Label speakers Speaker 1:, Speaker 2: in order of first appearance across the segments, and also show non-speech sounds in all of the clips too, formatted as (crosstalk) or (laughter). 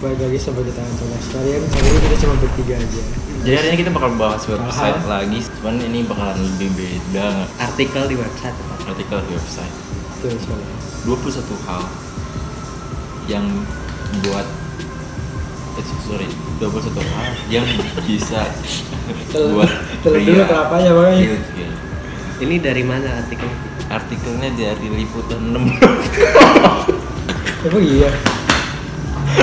Speaker 1: balik lagi sama kita Antonas kalian kali ini kita cuma bertiga aja
Speaker 2: Jadi hari ini kita bakal bahas website
Speaker 1: Hal-hal.
Speaker 2: lagi, cuman ini bakalan lebih beda
Speaker 3: artikel di website apa?
Speaker 2: artikel di website.
Speaker 1: tuh soalnya
Speaker 2: 21 hal yang buat eh, sorry 21 hal yang bisa
Speaker 1: Telan-
Speaker 2: buat
Speaker 1: telan dulu kelapanya, makanya.
Speaker 2: Iya, iya.
Speaker 3: Ini dari mana artikel?
Speaker 2: Artikelnya dari liputan 6
Speaker 1: emang iya
Speaker 2: (laughs)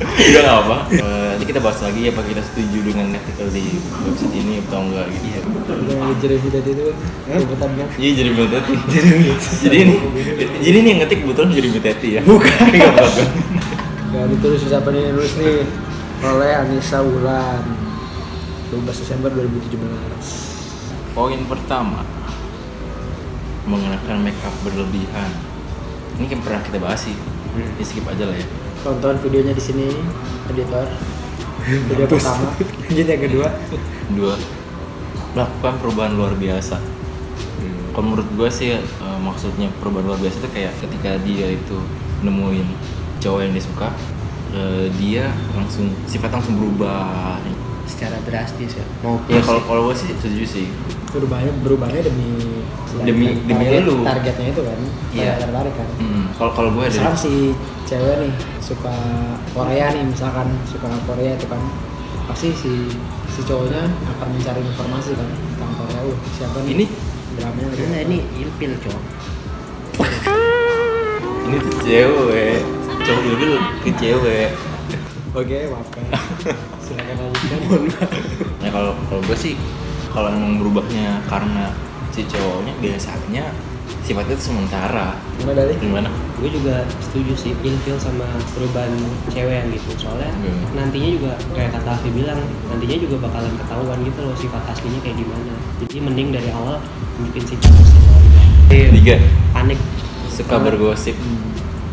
Speaker 2: Udah gak apa Eh, Nanti kita bahas lagi apa kita setuju dengan artikel di website ini atau enggak gitu
Speaker 3: Iya.
Speaker 1: yang ngejar evident itu kebetulan kan
Speaker 2: Iya jadi beteti. (laughs) Jadi jadi ini jadi ini yang ngetik kebetulan jadi beteti ya. (laughs) Bukan.
Speaker 1: ya ditulis siapa nih nulis nih oleh Anissa Wulan 12 Desember 2017
Speaker 2: Poin pertama mengenakan make up berlebihan. Ini kan pernah kita bahas sih. Ini skip aja lah ya.
Speaker 1: tonton videonya di sini editor video pertama lanjut yang kedua
Speaker 2: Dua melakukan perubahan luar biasa. Kalau menurut gue sih eh, maksudnya perubahan luar biasa itu kayak ketika dia itu nemuin cowok yang dia suka, eh, dia langsung sifat langsung berubah.
Speaker 3: Secara drastis ya. Mau
Speaker 2: Ya kalau kalau gue sih setuju sih.
Speaker 1: berubahnya berubahnya demi
Speaker 2: Demi- demi
Speaker 1: target-
Speaker 2: lu.
Speaker 1: targetnya itu kan target
Speaker 2: Iya.
Speaker 1: tertarik kan
Speaker 2: Mm, Kalau kalau gue
Speaker 1: misalkan
Speaker 2: ada
Speaker 1: si cewek nih suka Korea nih misalkan suka Korea itu kan pasti si si cowoknya akan mencari informasi kan tentang Korea uh, siapa nih
Speaker 2: Ini?
Speaker 1: dramanya lagi
Speaker 3: Nah,
Speaker 1: apa?
Speaker 3: ini ilpil cowok.
Speaker 2: ini tuh cewek, cowok dulu ke cewek.
Speaker 1: oke kan. maafkan silakan
Speaker 3: (laughs)
Speaker 1: lanjutkan
Speaker 2: Nah kalau kalau gue sih kalau emang berubahnya karena si cowoknya biasanya sifatnya itu sementara.
Speaker 1: gimana dari
Speaker 2: Gimana?
Speaker 3: Gue juga setuju sih ilpil sama perubahan cewek yang gitu. Soalnya
Speaker 2: Hmm.
Speaker 3: nantinya juga kayak kata Afi bilang, nantinya juga bakalan ketahuan gitu loh sifat aslinya kayak gimana. Jadi mending dari awal bikin sifat aslinya.
Speaker 2: Tiga
Speaker 3: Panik.
Speaker 2: suka bergosip. (laughs)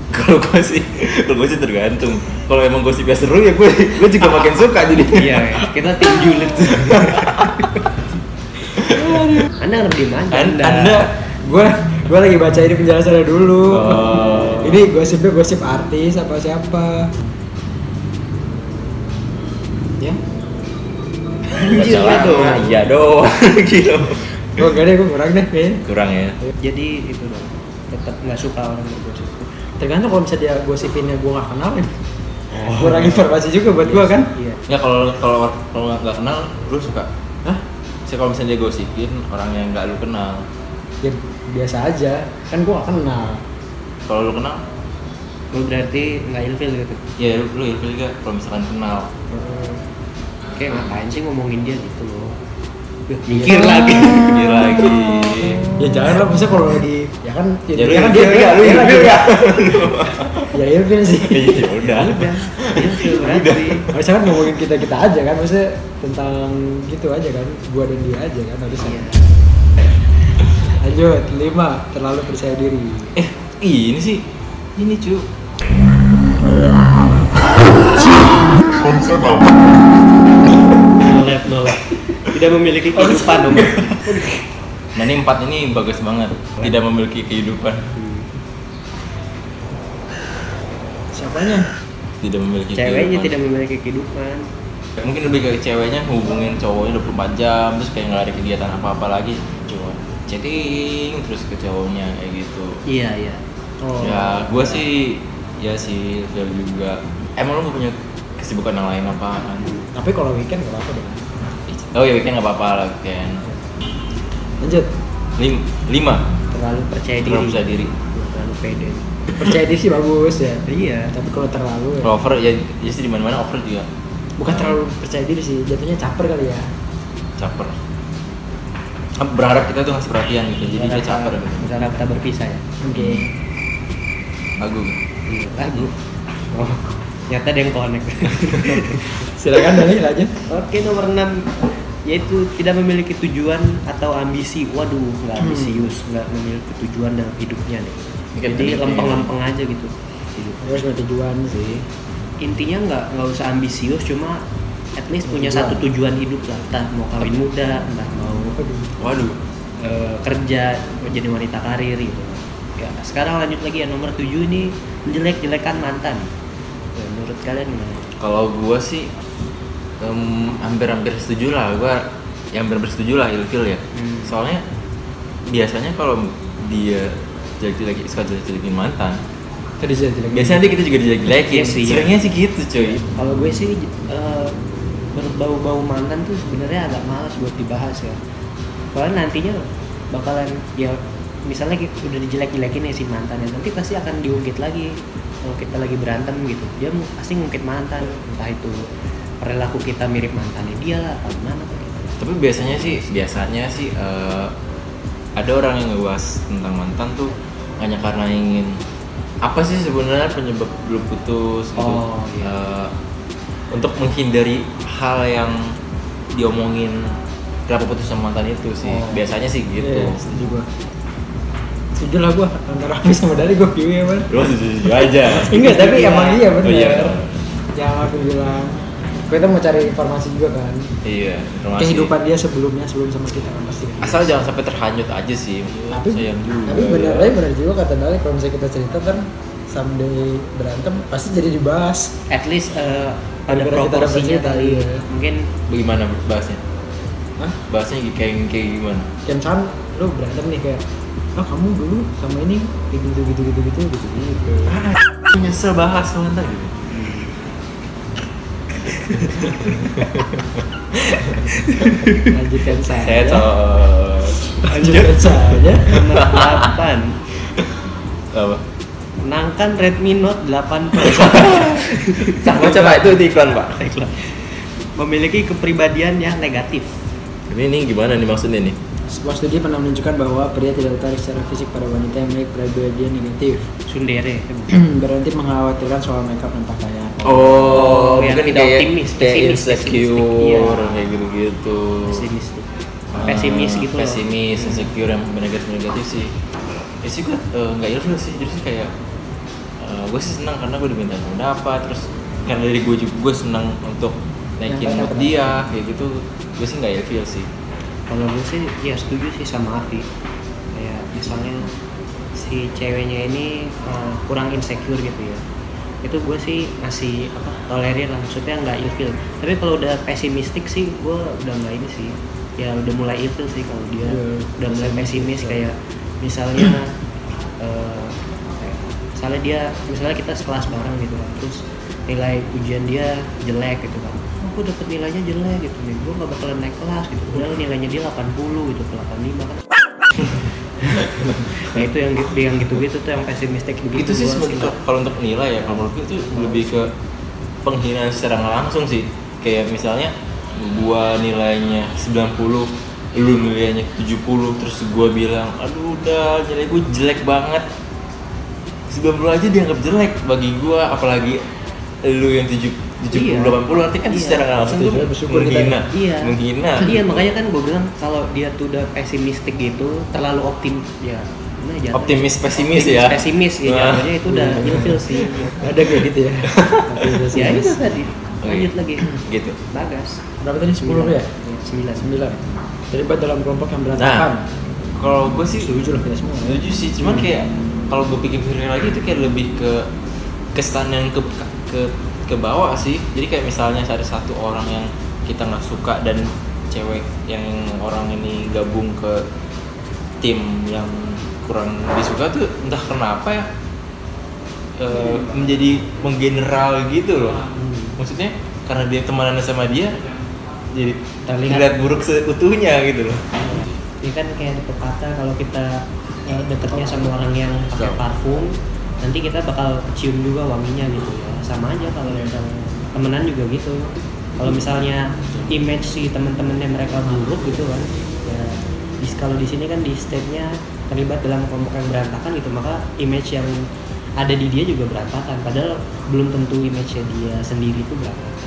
Speaker 2: Kalau gue sih, kalau gue sih tergantung. Kalau emang gosipnya seru ya gue gue juga makin suka jadi.
Speaker 3: Iya, kita tim julid. Anda ngerti mana?
Speaker 2: An- Anda
Speaker 1: gue gue lagi baca ini penjelasannya dulu
Speaker 2: Oh.
Speaker 1: ini gosipnya gosip artis apa siapa ya
Speaker 3: Anjir,
Speaker 2: Baca
Speaker 3: aduh.
Speaker 2: lama, Iya dong. gitu.
Speaker 1: gue gak deh gue kurang deh kayaknya
Speaker 2: (laughs) Kurang ya.
Speaker 3: Jadi itu loh, tetap nggak suka orang bergosip.
Speaker 1: tergantung kalau misalnya dia gosipinnya gue gak kenal ya.
Speaker 2: Oh.
Speaker 1: Oh. kurang informasi juga buat gue kan
Speaker 3: Iya.
Speaker 2: Ya kalau kalau kalau nggak kenal, lu suka.
Speaker 1: Hah?
Speaker 2: Saya kalau misalnya dia gosipin orang yang nggak lu kenal,
Speaker 1: ya biasa aja kan gue gak kenal
Speaker 2: kalau lu kenal,
Speaker 3: Lu berarti nggak ilfil gitu.
Speaker 2: ya lu lu ilfil gak? Kalau misalkan kenal,
Speaker 3: Kayak ngapain sih ngomongin dia gitu loh. Iya.
Speaker 1: Mikir
Speaker 3: Ah.
Speaker 1: lagi.
Speaker 2: Mikir lagi.
Speaker 1: ya jangan lah misalnya kalau lagi ya kan
Speaker 2: Ya lu
Speaker 1: ya kan
Speaker 2: ilfil nggak? Lu
Speaker 1: kan
Speaker 2: ilfil
Speaker 1: dia-
Speaker 2: nggak?
Speaker 1: (laughs) ya ilfil (laughs) sih
Speaker 2: Ya ya
Speaker 1: iya.
Speaker 2: udah.
Speaker 3: Udah, ilfil berarti.
Speaker 1: harusnya kan ngomongin kita kita aja kan maksudnya tentang gitu aja kan gue dan dia aja kan harusnya
Speaker 3: Iya.
Speaker 1: lanjut lima terlalu percaya diri
Speaker 2: Eh, ini sih, ini cu.
Speaker 3: Nolak, nolak. Tidak memiliki kehidupan dong.
Speaker 2: Nah ini empat ini bagus banget. Tidak memiliki kehidupan,
Speaker 1: siapanya
Speaker 2: tidak memiliki
Speaker 3: (laughs) Ceweknya
Speaker 2: kehidupan.
Speaker 3: tidak memiliki kehidupan.
Speaker 2: Mungkin lebih ke ceweknya hubungin cowoknya 24 jam, terus kayak nggak ada kegiatan apa-apa lagi, cuma chatting terus ke cowoknya kayak gitu.
Speaker 3: Iya, iya.
Speaker 1: oh
Speaker 2: Ya, gue sih, ya sih, Phil juga. Emang lu gak punya kesibukan yang lain apaan?
Speaker 1: tapi kalau weekend gak apa-apa dong
Speaker 2: Oh ya, weekend gak apa-apa lah, weekend.
Speaker 1: lanjut
Speaker 2: Lim lima,
Speaker 3: Terlalu percaya diri.
Speaker 2: terlalu percaya diri.
Speaker 3: Terlalu pede.
Speaker 1: percaya diri sih bagus ya
Speaker 3: Iya.
Speaker 1: tapi kalau terlalu ya.
Speaker 2: Kalau over, ya, ya sih dimana-mana over juga.
Speaker 1: bukan terlalu percaya diri sih jatuhnya caper kali ya
Speaker 2: Caper. Berharap kita tuh ngasih perhatian gitu, jadi
Speaker 3: Iya,
Speaker 2: dia caper. gitu.
Speaker 3: Misalnya kita berpisah ya.
Speaker 1: oke
Speaker 2: Lagu. gitu.
Speaker 3: Iya, lagu. Oh, nyata ada yang connect.
Speaker 1: silakan Dani lanjut
Speaker 3: Oke nomor 6 yaitu tidak memiliki tujuan atau ambisi. Waduh, nggak ambisius, nggak memiliki tujuan dalam hidupnya nih.
Speaker 2: Mungkin
Speaker 3: Jadi
Speaker 2: tadi
Speaker 3: lempeng-lempeng aja gitu.
Speaker 1: Gue harus punya tujuan sih
Speaker 3: Intinya nggak nggak usah ambisius, cuma at least punya
Speaker 1: Tujuan.
Speaker 3: satu tujuan hidup lah. Entah mau kawin muda, entah mau
Speaker 1: Aduh.
Speaker 2: Waduh.
Speaker 3: eh, kerja, mau jadi wanita karir gitu. Ya sekarang lanjut lagi ya nomor 7 ini menjelek-jelekan mantan. Ya, menurut kalian gimana?
Speaker 2: Kalau gua sih em, hampir-hampir setuju lah, gua yang hampir setuju lah ilfil ya.
Speaker 3: Hmm.
Speaker 2: Soalnya biasanya kalau dia jelek-jelekin, suka jelek-jelekin mantan,
Speaker 1: Tadi saya tidak
Speaker 2: biasanya nanti kita juga
Speaker 3: Iya
Speaker 2: dijelek-jelekin.
Speaker 3: sih, iya.
Speaker 2: Seringnya sih gitu cuy.
Speaker 3: Kalau gue sih eh, berbau-bau mantan tuh sebenarnya agak malas buat dibahas ya. Soalnya nantinya bakalan ya misalnya ki- udah dijelek-jelekin ya si mantannya nanti pasti akan diungkit lagi kalau kita lagi berantem gitu dia mu- pasti ngungkit mantan entah itu perilaku kita mirip mantannya dia lah atau gimana kayak gitu.
Speaker 2: Tapi biasanya sih, biasanya sih eh, ada orang yang ngebahas tentang mantan tuh hanya karena ingin apa sih sebenarnya penyebab dulu putus gitu.
Speaker 3: Oh,
Speaker 2: Eh,
Speaker 3: iya.
Speaker 2: untuk menghindari hal yang diomongin kenapa putus sama mantan itu sih.
Speaker 3: Oh.
Speaker 2: Biasanya sih
Speaker 1: Iya,
Speaker 2: gitu.
Speaker 1: setuju gua. Setuju lah gua antara Hafiz sama Dari gua pilih ya, Bang.
Speaker 2: Lu jujur
Speaker 1: (laughs)
Speaker 2: aja.
Speaker 1: Enggak, tapi
Speaker 3: Iya.
Speaker 1: emang iya benar.
Speaker 2: Oh, iya.
Speaker 1: Yang aku bilang kita mau cari informasi juga kan.
Speaker 2: Iya, informasi.
Speaker 1: Kehidupan dia sebelumnya sebelum sama kita kan pasti. kan.
Speaker 2: Asal jangan sampai terhanyut aja sih.
Speaker 1: tapi
Speaker 2: sayang juga.
Speaker 1: tapi benar tapi benar juga kata Dari kalau misalnya kita cerita kan someday berantem pasti jadi dibahas.
Speaker 3: at least eh, ada
Speaker 1: Gara-gara kita dapat
Speaker 3: proporsinya
Speaker 1: cerita,
Speaker 3: kali
Speaker 1: iya.
Speaker 3: mungkin
Speaker 2: Bagaimana bahasnya?
Speaker 1: Hah?
Speaker 2: Bahasanya kayak kayak gimana?
Speaker 1: Kayak misalkan lu berantem nih kayak Oh kamu dulu sama ini kayak gitu gitu gitu gitu gitu (laughs) gitu.
Speaker 2: nyesel bahas sebentar gitu
Speaker 1: Lanjutkan saja.
Speaker 2: saya
Speaker 1: Lanjutkan saja.
Speaker 3: nomor 8
Speaker 2: eh, apa
Speaker 3: menangkan Redmi Note 8
Speaker 2: coba coba itu di iklan pak
Speaker 3: memiliki kepribadian yang negatif.
Speaker 2: ini ini gimana nih maksudnya nih
Speaker 1: Sebuah studi pernah menunjukkan bahwa pria tidak tertarik secara fisik pada wanita yang memiliki kepribadian negatif. (clears throat)
Speaker 3: Sundere.
Speaker 1: berhenti mengkhawatirkan soal makeup dan pakaian.
Speaker 2: oh, mungkin
Speaker 3: yang iya, tidak
Speaker 2: kayak
Speaker 3: optimis,
Speaker 2: kayak
Speaker 3: pesimis,
Speaker 2: insecure
Speaker 3: pesimistik, iya.
Speaker 2: kayak gitu gitu
Speaker 3: Pesimis tuh. Pesimis gitu loh.
Speaker 2: Ah, pesimis insecure yang negatif negatif sih ya sih gue eh, nggak ilfil sih jadi sih kayak gue sih senang karena gue diminta pendapat terus karena dari gue juga gue senang untuk naikin
Speaker 1: Yang
Speaker 2: mood
Speaker 1: pendapat.
Speaker 2: dia kayak gitu gue sih nggak ilfil sih
Speaker 3: Kalau gue sih ya setuju sih sama Afi. Kayak misalnya si ceweknya ini uh, kurang insecure gitu ya. Itu gue sih masih apa tolerir lah maksudnya nggak ilfil. Tapi kalau udah pesimistik sih gue udah nggak ini sih. Ya udah mulai ilfil sih kalau dia
Speaker 1: Iya,
Speaker 3: udah mulai pesimis kayak misalnya eh, apa ya, misalnya dia misalnya kita sekelas bareng gitu kan terus nilai ujian dia jelek gitu kan aku dapat nilainya jelek gitu nih gue gak bakalan naik kelas gitu padahal nilainya dia 80 gitu ke 85 kan nah itu yang gitu yang gitu gitu tuh yang pesimistik gitu
Speaker 2: itu sih
Speaker 3: gua
Speaker 2: sebagai
Speaker 3: nggak-
Speaker 2: kalau untuk nilai ya kalau menurut gue itu lebih ke penghinaan secara nggak langsung sih kayak misalnya gua nilainya 90 lu nilainya 70 terus gua bilang aduh udah nilai gue jelek banget 90 aja dianggap jelek bagi gua apalagi lu yang 70 70
Speaker 3: Iya.
Speaker 2: 80 nanti kan
Speaker 3: Iya.
Speaker 2: secara nggak langsung tuh
Speaker 1: Setuju, bersyukur kita
Speaker 2: menghina
Speaker 3: iya
Speaker 2: menghina (clears throat)
Speaker 3: iya makanya kan gue bilang kalau dia tuh udah pesimistik gitu terlalu optim ya gimana jatuhnya?
Speaker 2: Optimis pesimis ya.
Speaker 3: pesimis ya
Speaker 2: Wah.
Speaker 3: jatuhnya itu
Speaker 2: (laughs)
Speaker 3: udah ilfil sih
Speaker 1: Ada kayak gitu
Speaker 3: (laughs)
Speaker 1: ya. Tapi udah
Speaker 3: ya itu
Speaker 1: serius.
Speaker 3: tadi
Speaker 2: Oh, iya.
Speaker 3: lanjut lagi
Speaker 2: gitu
Speaker 3: bagas Iya,
Speaker 1: Berapa tadi 10 ya?
Speaker 3: sembilan
Speaker 1: 9. Terlibat dalam kelompok yang berantakan.
Speaker 2: nah kalau gue sih
Speaker 1: Setuju lah kita semua. ya.
Speaker 2: setuju sih cuman kayak kalau gue pikir-pikir lagi itu kayak lebih ke kesan yang ke ke ke bawah sih jadi kayak misalnya ada satu orang yang kita nggak suka dan cewek yang orang ini gabung ke tim yang kurang disuka tuh entah kenapa ya eh, menjadi menggeneral gitu loh maksudnya karena dia temanannya sama dia jadi
Speaker 3: Terlihat.
Speaker 2: terlihat buruk seutuhnya gitu loh
Speaker 3: ini kan kayak ada pepatah kalau kita eh, deketnya sama orang yang pakai
Speaker 2: Betul.
Speaker 3: parfum nanti kita bakal cium juga wanginya gitu ya sama aja kalau kita temenan juga gitu kalau misalnya image si teman-temannya mereka buruk gitu kan ya di, kalau di sini kan di state-nya terlibat dalam kelompok yang berantakan gitu maka image yang ada di dia juga berantakan padahal belum tentu image-nya dia sendiri itu berantakan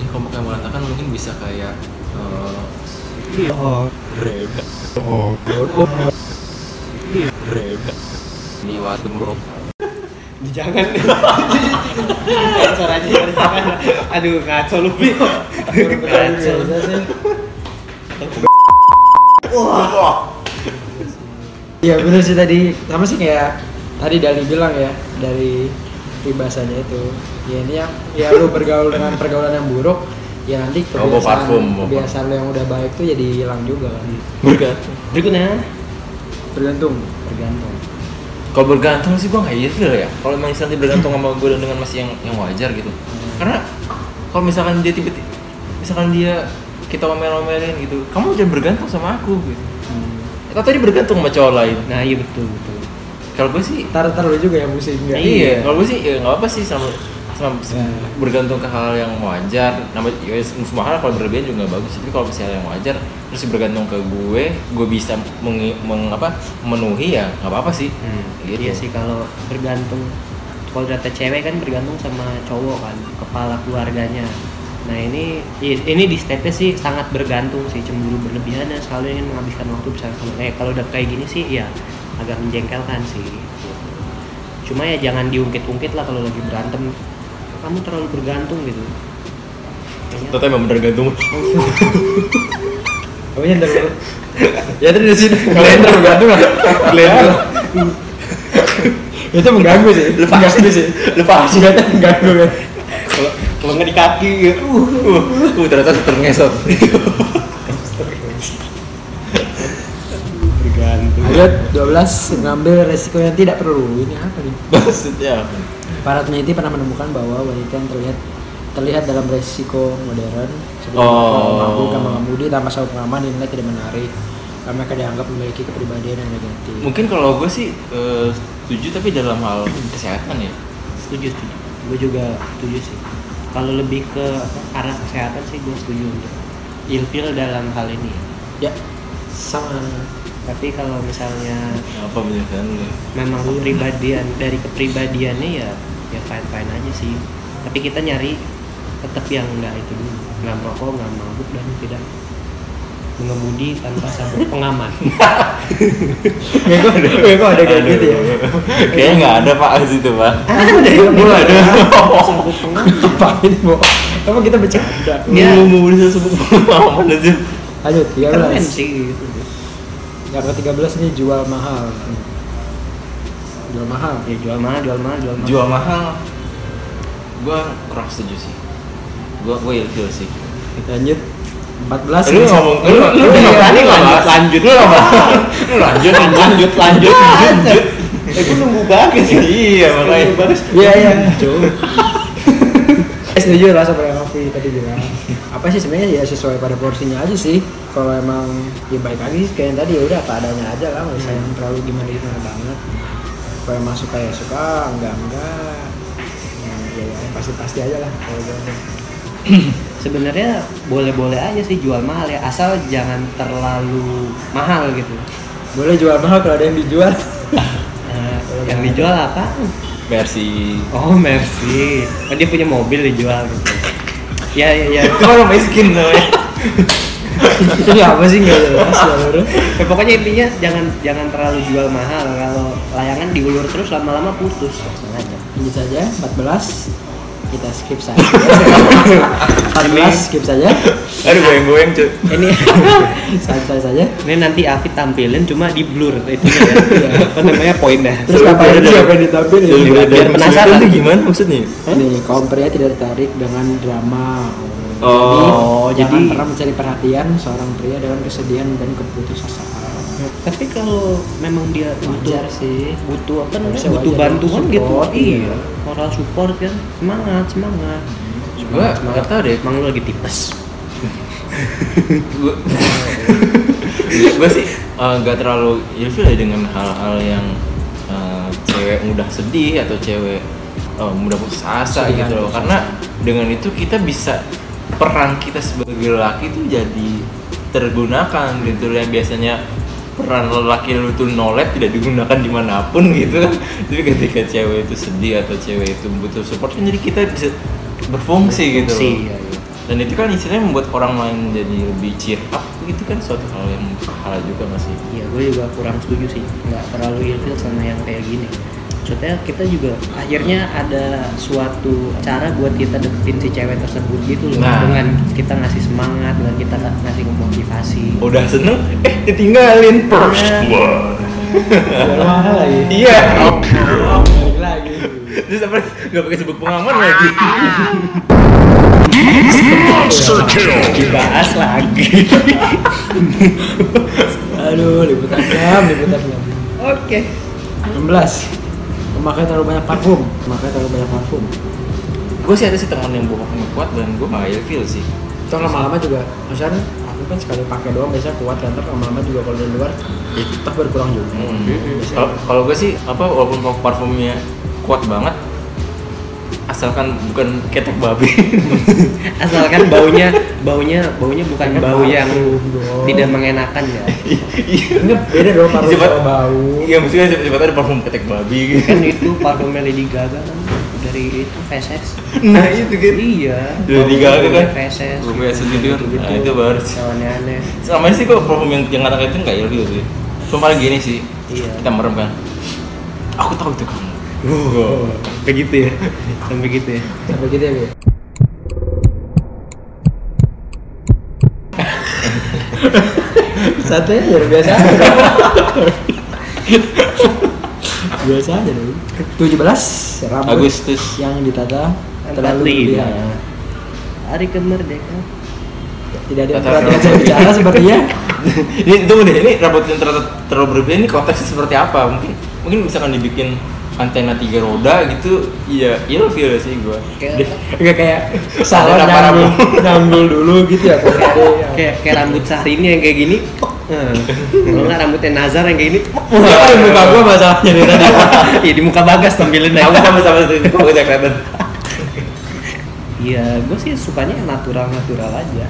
Speaker 2: ini kelompok yang berantakan mungkin bisa kayak eh, di waktu buruk
Speaker 3: Jangan. Sensor aja, sensor aja. Aduh, ngaco lu. Pi. Ngaco.
Speaker 1: Biasa sih. Ya, Iya bener sih tadi sama sih kayak tadi Dali bilang ya dari peribahasanya itu ya ini yang ya lu bergaul dengan pergaulan yang buruk ya nanti
Speaker 2: Oh, bawa
Speaker 1: kebiasaan
Speaker 2: parfum, bawa
Speaker 1: kebiasaan lu yang udah baik tuh jadi hilang juga kan
Speaker 2: bergantung
Speaker 3: berikutnya
Speaker 1: tergantung
Speaker 3: bergantung
Speaker 2: kalau bergantung sih gue nggak ilfil ya kalau emang nanti bergantung sama gue dan dengan masih yang yang wajar gitu karena kalau misalkan dia tiba misalkan dia kita omel-omelin gitu kamu jangan bergantung sama aku gitu
Speaker 1: Hmm.
Speaker 2: atau tadi bergantung sama cowok lain
Speaker 3: nah iya betul betul
Speaker 2: kalau gue sih
Speaker 1: ntar ntar lu juga yang pusing
Speaker 3: Iya.
Speaker 1: kan?
Speaker 2: iya kalau gue sih ya nggak apa sih sama sama
Speaker 1: Ya.
Speaker 2: bergantung ke hal yang wajar nama ya, semua hal kalau berlebihan juga nggak bagus tapi kalau misalnya yang wajar terus bergantung ke gue gue bisa mengi- meng, apa, memenuhi ya nggak apa apa sih Gitu.
Speaker 3: Iya sih kalau bergantung kalau data cewek kan bergantung sama cowok kan kepala keluarganya. Nah ini i- ini di state sih sangat bergantung sih cemburu berlebihan dan selalu ingin menghabiskan waktu bersama sama Eh, kalau udah kayak gini sih ya agak menjengkelkan sih. Cuma ya jangan diungkit-ungkit lah kalau lagi berantem kamu terlalu bergantung gitu. Iya.
Speaker 2: Ternyata emang bener gantung.
Speaker 1: Apanya ntar lu?
Speaker 2: ya tadi di sini kalian (laughs) terlalu gantung nggak? Kalian tuh-
Speaker 1: itu mengganggu sih
Speaker 2: Lepas.
Speaker 1: mengganggu sih
Speaker 2: lepas.
Speaker 1: Maksudnya itu mengganggu kan
Speaker 2: Kalau kalau nggak di kaki, ya. uh, uh, uh, ternyata terngesot.
Speaker 3: Bergantung.
Speaker 1: ayat 12 mengambil resiko yang tidak perlu ini apa nih
Speaker 2: Maksudnya apa?
Speaker 1: Para peneliti pernah menemukan bahwa wanita yang terlihat terlihat dalam resiko modern seperti
Speaker 2: Oh.
Speaker 1: merokok, mabuk, dan mengemudi tanpa sabuk pengaman dinilai tidak menarik karena mereka dianggap memiliki kepribadian yang negatif.
Speaker 2: Mungkin kalau gue sih eh, setuju tapi dalam hal kesehatan ya.
Speaker 3: setuju setuju gue juga setuju sih kalau lebih ke apa, arah kesehatan sih gue setuju untuk ilfil dalam hal ini ya.
Speaker 1: Ya, sama.
Speaker 3: tapi kalau misalnya
Speaker 2: Apa kan? penyelesaian lu?
Speaker 3: memang kepribadian dari kepribadiannya ya ya fine fine aja sih tapi kita nyari tetap yang nggak itu dulu nggak merokok nggak mabuk dan tidak mengemudi tanpa sabuk pengaman
Speaker 1: Ya kok, ya kok ada kayak
Speaker 2: Aduh.
Speaker 1: gitu ya?
Speaker 2: Kayaknya nggak ada pak di situ pak.
Speaker 1: Ada ya,
Speaker 2: Gue
Speaker 1: mulai.
Speaker 2: ada.
Speaker 3: sabuk pengaman
Speaker 1: Ngapain, Bo? Kamu kita bercanda.
Speaker 2: Iya.
Speaker 1: Iya.
Speaker 3: Ya.
Speaker 2: Ngomong di situ apa aja.
Speaker 1: Lanjut,
Speaker 3: keren
Speaker 1: 13.
Speaker 3: sih gitu
Speaker 1: Yang ke-13 ini jual mahal. Jual mahal.
Speaker 3: ya jual mahal jual mahal jual mahal
Speaker 2: Jual mahal. Gue kurang setuju sih. Gue gue ilfil sih.
Speaker 1: Lanjut. 14
Speaker 2: lu
Speaker 1: ini-
Speaker 2: ngomong lu lu
Speaker 1: Iya,
Speaker 2: udah berani
Speaker 1: iya.
Speaker 2: lanjut lanjut lu apa lu lanjut lanjut lanjut lanjut
Speaker 3: eh gue nunggu banget sih
Speaker 2: iya makanya
Speaker 3: Nunggu banget.
Speaker 1: Iya iya. Saya setuju lah sama yang Raffi tadi bilang. Apa sih sebenarnya ya sesuai pada porsinya aja sih. Kalau emang ya baik lagi kayak yang tadi ya udah apa adanya aja lah. Nggak usah yang terlalu gimana gimana banget. Kalau emang suka ya suka, enggak enggak. Nah, ya, ya pasti pasti aja lah kalau gue.
Speaker 3: sebenarnya boleh-boleh aja sih jual mahal ya asal jangan terlalu mahal gitu
Speaker 1: Boleh jual mahal kalau ada yang (laughs) dijual.
Speaker 3: Eh, yang dijual apa
Speaker 2: Mercy
Speaker 3: oh Mercy oh, dia punya mobil dijual gitu ya ya ya
Speaker 2: orang miskin namanya
Speaker 1: Ini Iya, apa sih nggak jelas ya bro.
Speaker 3: Ya, pokoknya intinya jangan jangan terlalu jual mahal kalau layangan diulur terus lama-lama putus sengaja
Speaker 1: Lanjut saja 14 kita skip saja. (laughs) 14 skip saja.
Speaker 2: (laughs) aduh goyang goyang cuy
Speaker 3: ini
Speaker 1: (laughs) Santai saja.
Speaker 3: ini nanti Afid tampilin cuma di blur itunya ya (laughs) apa namanya poinnya
Speaker 1: Terus
Speaker 2: Seru
Speaker 1: ngapain
Speaker 2: beda.
Speaker 1: sih apa yang ditampilin?
Speaker 2: Biar- biar
Speaker 3: biar penasaran.
Speaker 2: penasaran gimana maksudnya
Speaker 1: Nih, kaum pria tidak tertarik dengan drama.
Speaker 2: Oh,
Speaker 1: jadi, jangan
Speaker 3: jadi-
Speaker 1: pernah mencari perhatian seorang pria dengan kesedihan dan keputusasaan.
Speaker 3: tapi kalau memang dia butuh
Speaker 1: Wajar sih.
Speaker 3: butuh apa namanya
Speaker 1: Bisa
Speaker 3: butuh
Speaker 1: wajar
Speaker 3: bantuan
Speaker 1: support,
Speaker 3: gitu
Speaker 1: iya.
Speaker 3: iya moral support kan semangat semangat
Speaker 2: Gua nggak tahu deh.
Speaker 3: emang lu lagi tipes
Speaker 2: gue gue sih eh, nggak terlalu ilfil ya dengan hal-hal yang eh, cewek mudah sedih atau cewek eh, mudah putus asa
Speaker 1: Sedih
Speaker 2: gitu
Speaker 1: kan,
Speaker 2: loh
Speaker 1: putus
Speaker 2: karena dengan itu kita bisa peran kita sebagai lelaki itu jadi tergunakan gitu yang biasanya peran lelaki lu tuh nolep tidak digunakan dimanapun gitu tapi ketika cewek itu sedih atau cewek itu butuh support kan jadi kita bisa berfungsi, gitu
Speaker 3: Berfungsi,
Speaker 2: loh
Speaker 3: iya, iya.
Speaker 2: dan itu kan istilahnya membuat orang lain jadi lebih cheer up itu kan suatu hal yang pahala juga masih
Speaker 3: iya gue juga kurang setuju sih nggak terlalu ilfil sama yang kayak gini maksudnya kita juga akhirnya ada suatu cara buat kita deketin si cewek tersebut gitu loh
Speaker 2: Nah.
Speaker 3: dengan kita ngasih semangat dengan kita ngasih motivasi
Speaker 2: udah seneng eh ditinggalin
Speaker 3: Iya.
Speaker 2: blood
Speaker 1: Jual mahal lagi.
Speaker 2: Iya.
Speaker 1: Balik lagi.
Speaker 2: Terus apa? Gak pakai sebut pengaman lagi.
Speaker 4: Monster kill.
Speaker 2: Dibahas lagi.
Speaker 1: Aduh, liputan jam, liputan jam.
Speaker 2: Oke.
Speaker 1: 16. Memakai terlalu banyak parfum. Memakai terlalu banyak parfum.
Speaker 2: Gue sih ada sih teman yang bokapnya kuat dan gue nggak ilfil sih.
Speaker 1: Terus lama-lama juga, maksudnya aku kan sekali pakai doang biasanya kuat kan, terus lama-lama juga kalau dari luar tetap berkurang juga.
Speaker 2: Hmm. Kalau- Kalau gue sih apa walaupun parfumnya kuat banget asalkan bukan ketek babi.
Speaker 3: asalkan baunya baunya baunya bukan
Speaker 1: Ingat
Speaker 3: bau yang
Speaker 1: parfum dong.
Speaker 3: tidak mengenakan ya
Speaker 1: Ini beda dong
Speaker 2: (laughs)
Speaker 1: parfum
Speaker 2: Siapa-
Speaker 1: sama bau.
Speaker 2: Iya maksudnya siapa siapa tahu ada parfum ketek babi gitu.
Speaker 3: kan itu parfumnya Lady Gaga kan dari itu feses
Speaker 2: Nah itu kan.
Speaker 3: iya
Speaker 2: Lady Gaga kan.
Speaker 3: feses
Speaker 2: Rumah sendiri kan. Nah itu baru. sih.
Speaker 3: aneh aneh
Speaker 2: Selama ini sih gue parfum yang yang kata itu nggak ilfil sih. Cuma paling gini sih.
Speaker 3: Iya.
Speaker 2: Kita merem kan. Aku tahu itu kamu.
Speaker 3: Oh,
Speaker 2: Kayak gitu ya.
Speaker 3: sampai gitu ya
Speaker 1: Sampai gitu ya, Bi? Satu aja dari biasa aja. biasa aja dong. 17 rambut
Speaker 2: Agustus.
Speaker 1: yang ditata
Speaker 3: Empat
Speaker 1: terlalu Iya.
Speaker 3: lima.
Speaker 1: berlebihan.
Speaker 3: hari kemerdekaan
Speaker 1: Tidak ada yang
Speaker 2: Tata
Speaker 1: perhatian
Speaker 2: rambut.
Speaker 1: saya bicara ya. sepertinya.
Speaker 2: (laughs) ini tunggu deh, ini rambut yang terlalu, terlalu berbeda ini konteksnya seperti apa? Mungkin mungkin misalkan dibikin antena tiga roda gitu, iya ilfil sih gua.
Speaker 3: kayak
Speaker 1: Enggak kayak salah
Speaker 2: Ada rambut.
Speaker 1: nyambul, nyambul dulu gitu ya. Kalau ada yang-
Speaker 3: kayak kayak rambut Syahrini yang kayak gini Nah, kalau nggak rambutnya Nazar yang kayak gini (laughs)
Speaker 1: Wah, di muka gua masalahnya nih tadi.
Speaker 3: ya di muka bagas tampilin
Speaker 2: Kamu
Speaker 3: aja
Speaker 2: sama sama (laughs) itu kamu udah kelihatan.
Speaker 3: iya gue sih sukanya yang natural natural aja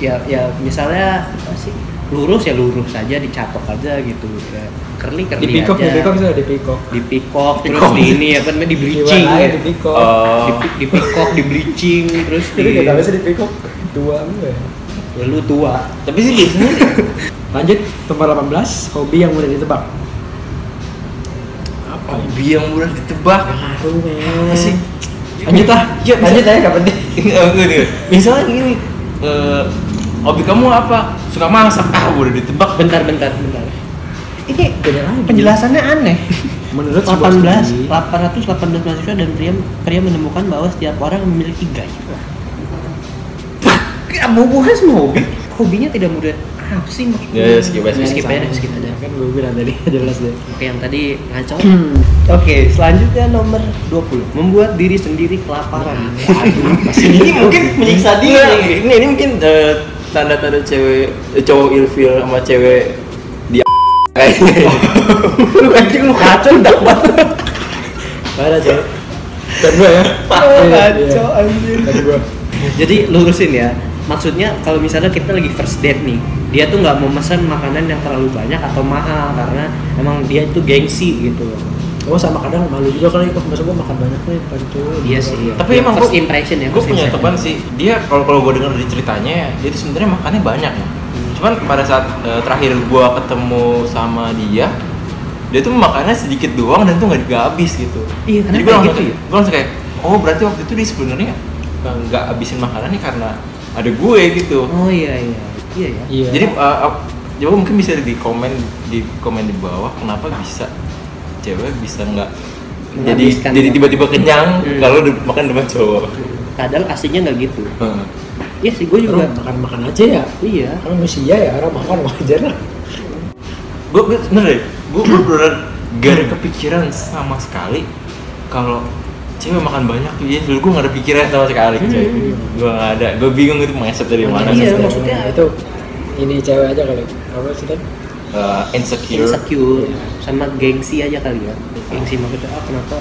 Speaker 3: ya ya misalnya apa sih lurus ya lurus aja dicatok aja gitu ya kerli kerli
Speaker 1: Di pikok,
Speaker 3: aja
Speaker 1: di pikok sudah di pikok.
Speaker 3: di pikok terus
Speaker 2: Pikok.
Speaker 3: di ini apa namanya di
Speaker 1: Di
Speaker 3: bleaching
Speaker 1: warna
Speaker 3: ya.
Speaker 1: di pikok.
Speaker 2: Oh,
Speaker 3: di, di pikok di bleaching terus di
Speaker 1: Jadi nggak tahu sih di pikok dua gue.
Speaker 3: Ya, lu tua
Speaker 2: tapi sih biasanya
Speaker 1: Lanjut nomor 18, hobi yang mudah ditebak. Apa ya?
Speaker 2: hobi yang mudah ditebak.
Speaker 1: Aduh, men.
Speaker 2: Apa sih?
Speaker 1: Lanjut ah.
Speaker 2: Iya,
Speaker 1: lanjut aja enggak penting.
Speaker 2: Eh, enggak, enggak. Misalnya gini, eh, hobi kamu apa? Suka masak? Ah, udah ditebak.
Speaker 3: bentar bentar bentar ini
Speaker 1: Beda lagi.
Speaker 3: penjelasannya aneh
Speaker 1: Menurut sebuah studi-
Speaker 3: 18 818 mahasiswa dan pria pria menemukan bahwa setiap orang memiliki gaya mau bukan semua hobi hobinya tidak mudah apa sih maksudnya
Speaker 2: Ya, ya, skip aja.
Speaker 3: skip aja skip aja
Speaker 1: Kan gue bilang tadi jelas deh.
Speaker 3: Oke, yang tadi ngaco. Hmm, Oke, selanjutnya nomor 20. Membuat diri sendiri kelaparan. Nah, ini mungkin Iya, menyiksa diri.
Speaker 2: Ini ini mungkin eh, tanda-tanda cewek eh, cowok ilfil sama cewek dia kayaknya.
Speaker 3: Oh. (laughs) Lu anjing lu kacau dak banget.
Speaker 1: Parah, Cok. Dan gue ya. Iya, iya.
Speaker 3: anjir.
Speaker 1: Dan gue.
Speaker 3: Jadi lurusin ya. Maksudnya kalau misalnya kita lagi first date nih, dia tuh nggak mau pesan makanan yang terlalu banyak atau mahal karena emang dia itu gengsi gitu loh.
Speaker 1: Gue Oh, sama kadang malu juga kali, kok masa gue makan banyak nih, pancu.
Speaker 3: Iya sih.
Speaker 2: Tapi
Speaker 3: Ya,
Speaker 2: emang
Speaker 3: first
Speaker 2: gua-
Speaker 3: impression ya.
Speaker 2: gue
Speaker 3: first
Speaker 2: punya
Speaker 3: impression.
Speaker 2: teman sih dia kalau kalau gue dengar dari ceritanya dia itu sebenarnya makannya banyak
Speaker 3: Hmm.
Speaker 2: cuman pada saat eh, terakhir gue ketemu sama dia dia tuh makannya sedikit doang dan tuh nggak nggak habis gitu
Speaker 3: Iya,
Speaker 2: jadi
Speaker 3: kenapa
Speaker 2: gue langsung,
Speaker 3: gitu ya?
Speaker 2: gua langsung kayak oh berarti waktu itu dia sebenarnya nggak- nggak habisin makanannya karena ada gue gitu
Speaker 3: Oh iya iya. Iya ya.
Speaker 1: Iya.
Speaker 2: jadi eh, ap- coba mungkin bisa di komen di komen di bawah kenapa bisa cewek bisa nggak jadi
Speaker 3: Menghabiskan
Speaker 2: jadi
Speaker 3: ya.
Speaker 2: tiba-tiba kenyang
Speaker 3: Hmm.
Speaker 2: kalau di- makan dengan cowok
Speaker 3: Kadang aslinya nggak gitu.
Speaker 2: Heeh.
Speaker 3: Iya sih, gue
Speaker 1: Orang
Speaker 3: juga.
Speaker 1: makan-makan aja ya.
Speaker 3: Iya.
Speaker 1: Karena manusia ya, orang makan wajar lah.
Speaker 2: gue gue sebenernya gue gue beneran gak ada kepikiran sama sekali kalau cewek makan banyak tuh ya dulu gue gak ada pikiran sama sekali coy gue gak ada gue bingung itu Hmm. mindset dari mana
Speaker 3: Iya,
Speaker 2: sih
Speaker 3: maksudnya-
Speaker 1: itu ini cewek aja kali. Apa sih kan?
Speaker 2: Eh, insecure
Speaker 3: insecure sama gengsi aja kali ya gengsi maksudnya ah kenapa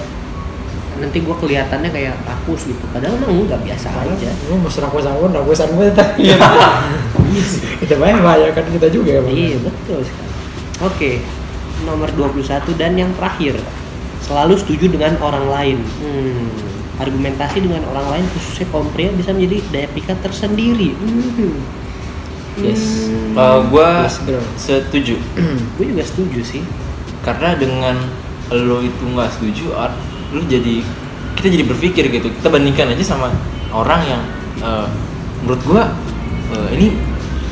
Speaker 3: nanti gue kelihatannya kayak rakus gitu padahal emang nggak biasa aja
Speaker 1: Lu mau serakusan-rakusan, rakusan gue tetap
Speaker 3: Iya.
Speaker 1: (laughs) Kita main membahayakan kita juga ya Bang.
Speaker 3: iya betul sekali oke nomor 21 dan yang terakhir selalu setuju dengan orang lain hmm. argumentasi dengan orang lain khususnya kaum pria bisa menjadi daya pikat tersendiri hmm.
Speaker 2: yes
Speaker 3: Hmm.
Speaker 2: gue
Speaker 1: Yes, bro.
Speaker 2: Eh, setuju
Speaker 3: gue juga setuju sih
Speaker 2: karena dengan lo itu nggak setuju ar- lo jadi kita jadi berpikir gitu kita bandingkan aja sama orang yang eh, menurut gua eh, "Iya, ini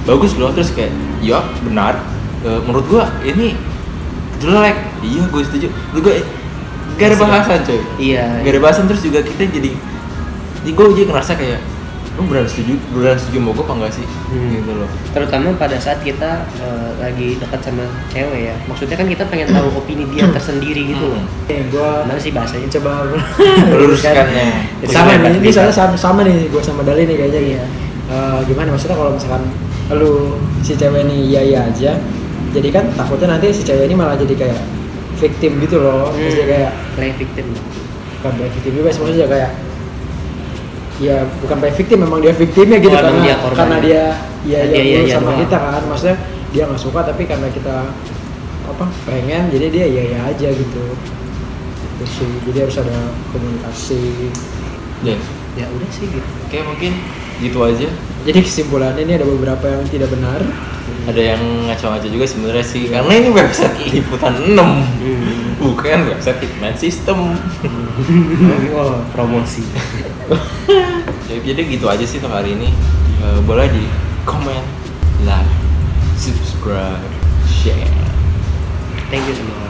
Speaker 2: bagus loh terus kayak ya benar Eh, menurut gua ini jelek iya gue setuju lu gue gak ada bahasan coy
Speaker 3: Iya.
Speaker 2: gak ada bahasan terus juga kita jadi jadi gue jadi ngerasa kayak lu beneran setuju beneran setuju mau gue apa enggak sih
Speaker 3: Hmm.
Speaker 2: gitu loh
Speaker 3: terutama pada saat kita eh, lagi dekat sama cewek ya maksudnya kan kita pengen tahu opini dia tersendiri gitu
Speaker 2: Hmm.
Speaker 3: loh
Speaker 1: gue
Speaker 3: gimana sih bahasanya coba (laughs)
Speaker 1: coba
Speaker 2: meluruskannya
Speaker 1: sama
Speaker 2: Terus
Speaker 1: nih ini
Speaker 2: kita-
Speaker 1: soalnya sama, sama nih gue sama Dali nih kayaknya
Speaker 3: Iya.
Speaker 1: Eh, gimana maksudnya kalau misalkan lu si cewek ini iya iya aja jadi kan takutnya nanti si cewek ini malah jadi kayak victim gitu
Speaker 3: Hmm.
Speaker 1: loh terus dia kayak
Speaker 3: play victim
Speaker 1: bukan play victim juga sih, maksudnya kayak ya bukan play victim memang dia victimnya gitu
Speaker 3: Oh, emang
Speaker 1: karena
Speaker 3: dia korbannya.
Speaker 1: karena dia ya ya
Speaker 3: Dia iya,
Speaker 1: mulu
Speaker 3: iya
Speaker 1: sama
Speaker 3: doang.
Speaker 1: kita kan maksudnya dia nggak suka tapi karena kita apa pengen jadi dia ya ya aja gitu Gitu sih. jadi harus ada komunikasi
Speaker 2: ya
Speaker 3: ya udah sih gitu
Speaker 2: kayak mungkin gitu aja
Speaker 1: jadi kesimpulannya ini ada beberapa yang tidak benar
Speaker 2: ada yang ngaco-ngaco juga sebenarnya sih karena ini website liputan 6 bukan website Hitman System
Speaker 3: oh, promosi
Speaker 2: Ya, jadi gitu aja sih untuk hari ini Eh, boleh di komen like subscribe share
Speaker 3: thank you semua